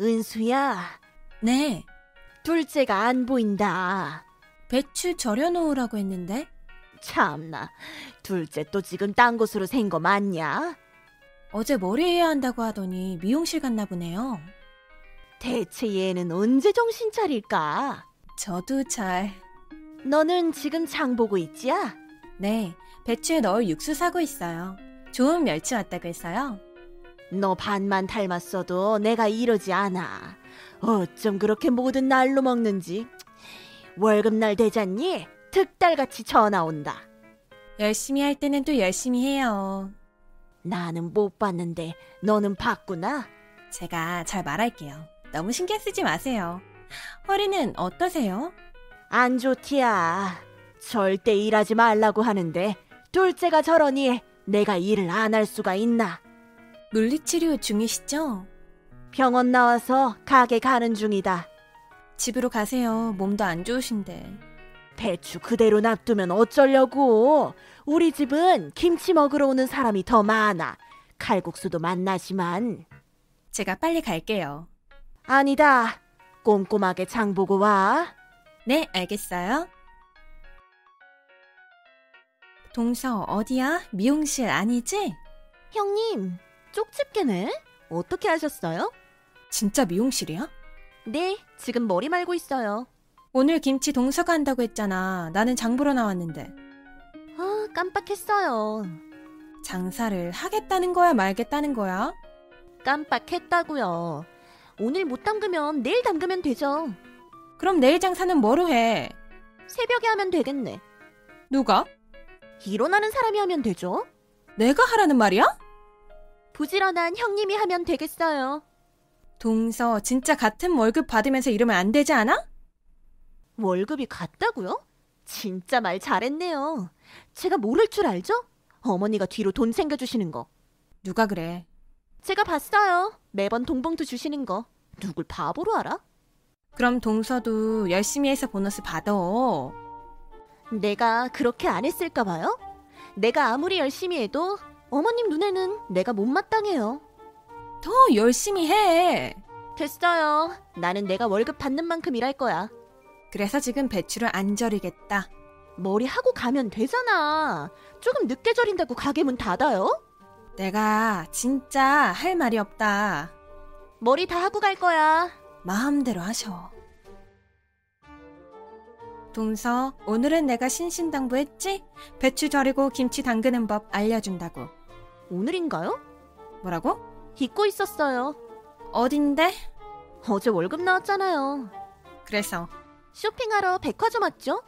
은수야, 네, 둘째가 안 보인다. 배추 절여놓으라고 했는데. 참나, 둘째 또 지금 딴 곳으로 샌 거 맞냐? 어제 머리해야 한다고 하더니 미용실 갔나 보네요. 대체 얘는 언제 정신 차릴까? 저도 잘. 너는 지금 장 보고 있지야? 네, 배추에 넣을 육수 사고 있어요. 좋은 멸치 왔다고 해서요. 너 반만 닮았어도 내가 이러지 않아. 어쩜 그렇게 모든 날로 먹는지. 월급날 되잖니? 특달같이 전화 온다. 열심히 할 때는 또 열심히 해요. 나는 못 봤는데 너는 봤구나. 제가 잘 말할게요. 너무 신경 쓰지 마세요. 허리는 어떠세요? 안 좋디야. 절대 일하지 말라고 하는데 둘째가 저러니 내가 일을 안 할 수가 있나. 물리치료 중이시죠? 병원 나와서 가게 가는 중이다. 집으로 가세요. 몸도 안 좋으신데. 배추 그대로 놔두면 어쩌려고. 우리 집은 김치 먹으러 오는 사람이 더 많아. 칼국수도 맛나지만. 제가 빨리 갈게요. 아니다. 꼼꼼하게 장 보고 와. 네, 알겠어요. 동서 어디야? 미용실 아니지? 형님, 쪽집게네? 어떻게 하셨어요? 진짜 미용실이야? 네, 지금 머리 말고 있어요. 오늘 김치 동서가 한다고 했잖아. 나는 장 보러 나왔는데. 아, 깜빡했어요. 장사를 하겠다는 거야, 말겠다는 거야? 깜빡했다고요. 오늘 못 담그면 내일 담그면 되죠. 그럼 내일 장사는 뭐로 해? 새벽에 하면 되겠네. 누가? 일어나는 사람이 하면 되죠. 내가 하라는 말이야? 부지런한 형님이 하면 되겠어요. 동서 진짜 같은 월급 받으면서 이러면 안 되지 않아? 월급이 같다고요? 진짜 말 잘했네요. 제가 모를 줄 알죠? 어머니가 뒤로 돈 챙겨주시는 거. 누가 그래? 제가 봤어요. 매번 동봉투 주시는 거. 누굴 바보로 알아? 그럼 동서도 열심히 해서 보너스 받아. 내가 그렇게 안 했을까 봐요? 내가 아무리 열심히 해도 어머님 눈에는 내가 못마땅해요. 더 열심히 해. 됐어요. 나는 내가 월급 받는 만큼 일할 거야. 그래서 지금 배추를 안 절이겠다. 머리 하고 가면 되잖아. 조금 늦게 절인다고 가게 문 닫아요? 내가 진짜 할 말이 없다. 머리 다 하고 갈 거야. 마음대로 하셔. 동서, 오늘은 내가 신신당부했지? 배추 절이고 김치 담그는 법 알려준다고. 오늘인가요? 뭐라고? 잊고 있었어요. 어딘데? 어제 월급 나왔잖아요. 그래서 쇼핑하러 백화점 왔죠?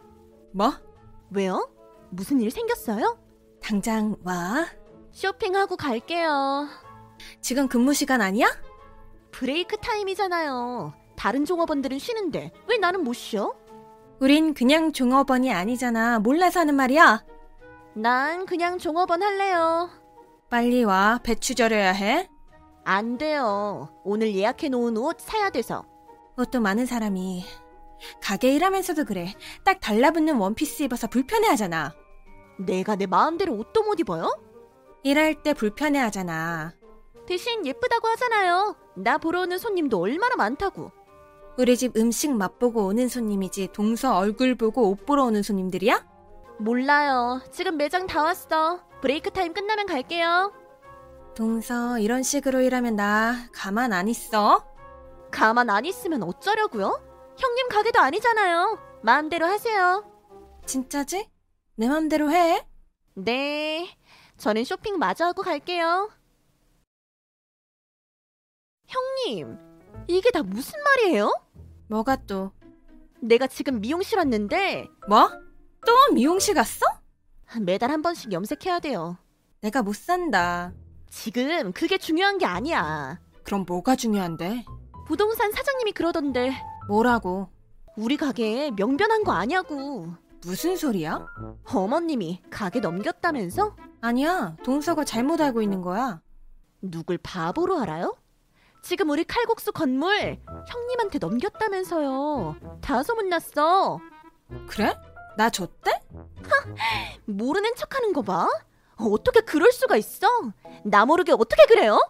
뭐? 왜요? 무슨 일 생겼어요? 당장 와. 쇼핑하고 갈게요. 지금 근무 시간 아니야? 브레이크 타임이잖아요. 다른 종업원들은 쉬는데 왜 나는 못 쉬어? 우린 그냥 종업원이 아니잖아. 몰라서 하는 말이야. 난 그냥 종업원 할래요. 빨리 와. 배추 절여야 해. 안 돼요. 오늘 예약해 놓은 옷 사야 돼서. 옷도 많은 사람이 가게 일하면서도 그래. 딱 달라붙는 원피스 입어서 불편해하잖아. 내가 내 마음대로 옷도 못 입어요? 일할 때 불편해하잖아. 대신 예쁘다고 하잖아요. 나 보러 오는 손님도 얼마나 많다고. 우리 집 음식 맛보고 오는 손님이지 동서 얼굴 보고 옷 보러 오는 손님들이야? 몰라요. 지금 매장 다 왔어. 브레이크 타임 끝나면 갈게요. 동서 이런 식으로 일하면 나 가만 안 있어. 가만 안 있으면 어쩌려고요? 형님 가게도 아니잖아요. 마음대로 하세요. 진짜지? 내 맘대로 해. 네. 저는 쇼핑 마저 하고 갈게요. 형님, 이게 다 무슨 말이에요? 뭐가 또? 내가 지금 미용실 왔는데 뭐? 또 미용실 갔어? 매달 한 번씩 염색해야 돼요. 내가 못 산다. 지금 그게 중요한 게 아니야. 그럼 뭐가 중요한데? 부동산 사장님이 그러던데 뭐라고? 우리 가게에 명변한 거 아냐고. 무슨 소리야? 어머님이 가게 넘겼다면서? 아니야, 동서가 잘못 알고 있는 거야. 누굴 바보로 알아요? 지금 우리 칼국수 건물 형님한테 넘겼다면서요. 다 소문났어. 그래? 나 줬대? 모르는 척하는 거 봐. 어떻게 그럴 수가 있어? 나 모르게 어떻게 그래요?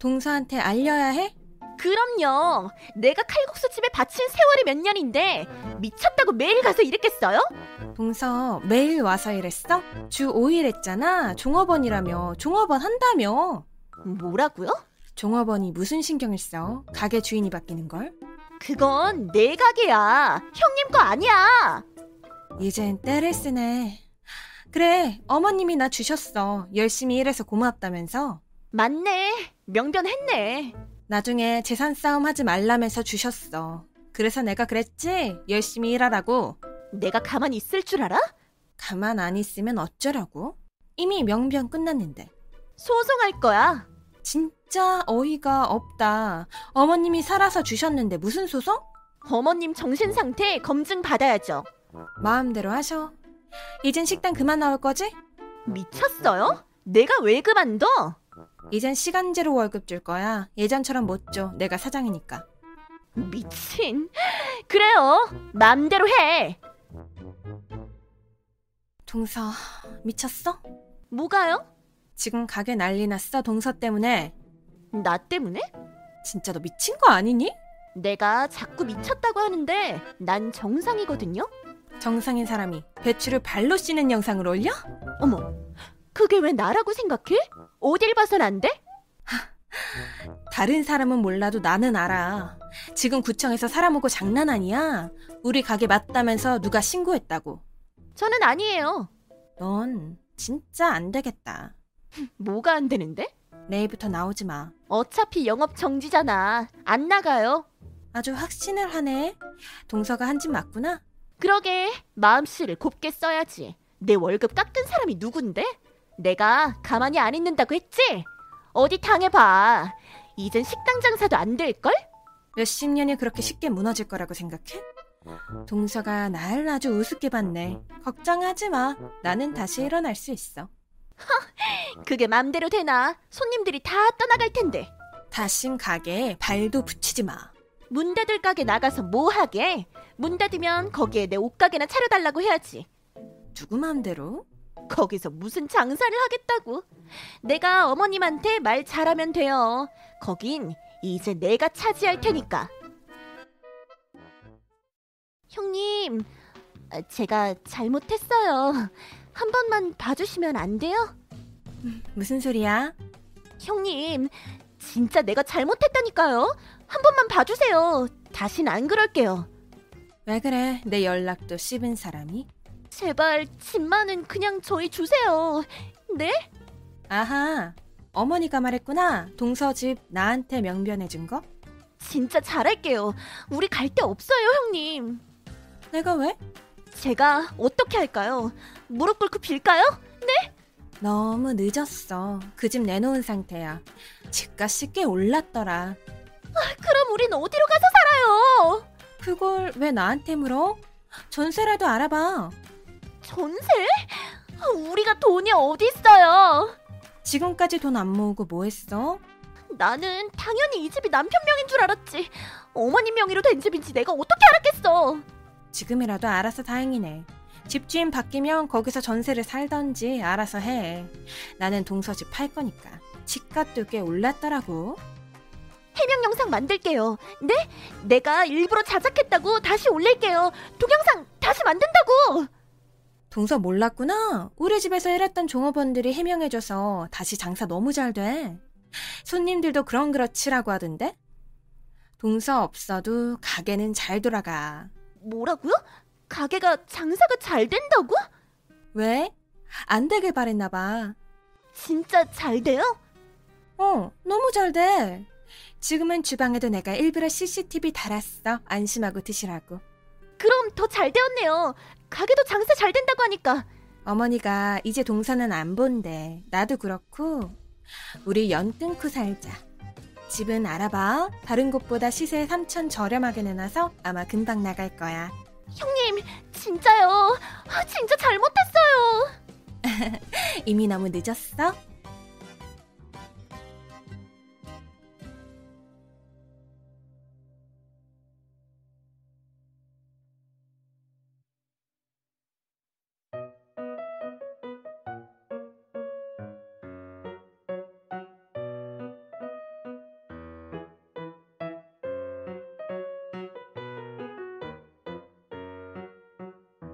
동서한테 알려야 해? 그럼요. 내가 칼국수 집에 바친 세월이 몇 년인데 미쳤다고 매일 가서 일했겠어요? 동서 매일 와서 일했어? 주 5일 했잖아. 종업원이라며. 종업원 한다며. 뭐라고요? 종업원이 무슨 신경을 써? 가게 주인이 바뀌는 걸? 그건 내 가게야. 형님 거 아니야. 이젠 때를 쓰네. 그래, 어머님이 나 주셨어. 열심히 일해서 고맙다면서. 맞네. 명변했네. 나중에 재산 싸움 하지 말라면서 주셨어. 그래서 내가 그랬지? 열심히 일하라고. 내가 가만히 있을 줄 알아? 가만 안 있으면 어쩌라고? 이미 명변 끝났는데. 소송할 거야. 진짜 어이가 없다. 어머님이 살아서 주셨는데 무슨 소송? 어머님 정신 상태 검증 받아야죠. 마음대로 하셔. 이젠 식당 그만 나올 거지? 미쳤어요? 내가 왜 그만둬? 이젠 시간제로 월급 줄 거야. 예전처럼 못 줘. 내가 사장이니까. 미친. 그래요. 맘대로 해. 동서 미쳤어? 뭐가요? 지금 가게 난리 났어 동서 때문에 나 때문에? 진짜 너 미친 거 아니니? 내가 자꾸 미쳤다고 하는데 난 정상이거든요. 정상인 사람이 배추를 발로 씻는 영상을 올려? 어머. 그게 왜 나라고 생각해? 어딜 봐선 안 돼? 다른 사람은 몰라도 나는 알아 지금 구청에서 사람 오고 장난 아니야 우리 가게 맞다면서 누가 신고했다고 저는 아니에요. 넌 진짜 안 되겠다 뭐가 안 되는데? 내일부터 나오지 마 어차피 영업 정지잖아. 안 나가요. 아주 확신을 하네 동서가 한 짓 맞구나 그러게 마음씨를 곱게 써야지. 내 월급 깎은 사람이 누군데? 내가 가만히 안 있는다고 했지? 어디 당해봐. 이젠 식당 장사도 안 될걸? 몇십 년이 그렇게 쉽게 무너질 거라고 생각해? 동서가 날 아주 우습게 봤네. 걱정하지 마. 나는 다시 일어날 수 있어. 그게 맘대로 되나? 손님들이 다 떠나갈 텐데. 다신 가게에 발도 붙이지 마. 문 닫을 가게 나가서 뭐 하게? 문 닫으면 거기에 내 옷가게나 차려달라고 해야지. 누구 마음대로? 거기서 무슨 장사를 하겠다고. 내가 어머님한테 말 잘하면 돼요. 거긴 이제 내가 차지할 테니까. 형님, 아, 제가 잘못했어요. 한 번만 봐주시면 안 돼요? 무슨 소리야? 형님, 진짜 내가 잘못했다니까요. 한 번만 봐주세요. 다신 안 그럴게요. 왜 그래? 내 연락도 씹은 사람이? 제발 집만은 그냥 저희 주세요. 네? 아하. 어머니가 말했구나. 동서 집 나한테 명변해준 거? 진짜 잘할게요. 우리 갈 데 없어요, 형님. 내가 왜? 제가 어떻게 할까요? 무릎 꿇고 빌까요? 너무 늦었어. 그 집 내놓은 상태야. 집값이 꽤 올랐더라. 그럼 우린 어디로 가서 살아요? 그걸 왜 나한테 물어? 전세라도 알아봐. 전세? 아, 우리가 돈이 어디 있어요? 지금까지 돈 안 모으고 뭐 했어? 나는 당연히 이 집이 남편 명인 줄 알았지. 어머님 명의로 된 집인지 내가 어떻게 알았겠어? 지금이라도 알아서 다행이네. 집주인 바뀌면 거기서 전세를 살던지 알아서 해. 나는 동서집 팔 거니까. 집값도 꽤 올랐더라고. 해명 영상 만들게요. 네? 내가 일부러 자작했다고 다시 올릴게요. 동영상 다시 만든다고. 동서 몰랐구나. 우리 집에서 일했던 종업원들이 해명해줘서 다시 장사 너무 잘 돼. 손님들도 그런 그렇지라고 하던데? 동서 없어도 가게는 잘 돌아가. 뭐라고요? 가게가 장사가 잘 된다고? 왜? 안 되길 바랬나 봐. 진짜 잘 돼요? 어, 너무 잘 돼. 지금은 주방에도 내가 일부러 CCTV 달았어. 안심하고 드시라고. 그럼 더 잘 되었네요. 가게도 장사 잘 된다고 하니까 어머니가 이제 동서는 안 본대. 나도 그렇고. 우리 연 끊고 살자. 집은 알아봐. 다른 곳보다 시세 3천 저렴하게 내놔서 아마 금방 나갈 거야. 형님 진짜요. 아, 진짜 잘못했어요. 이미 너무 늦었어?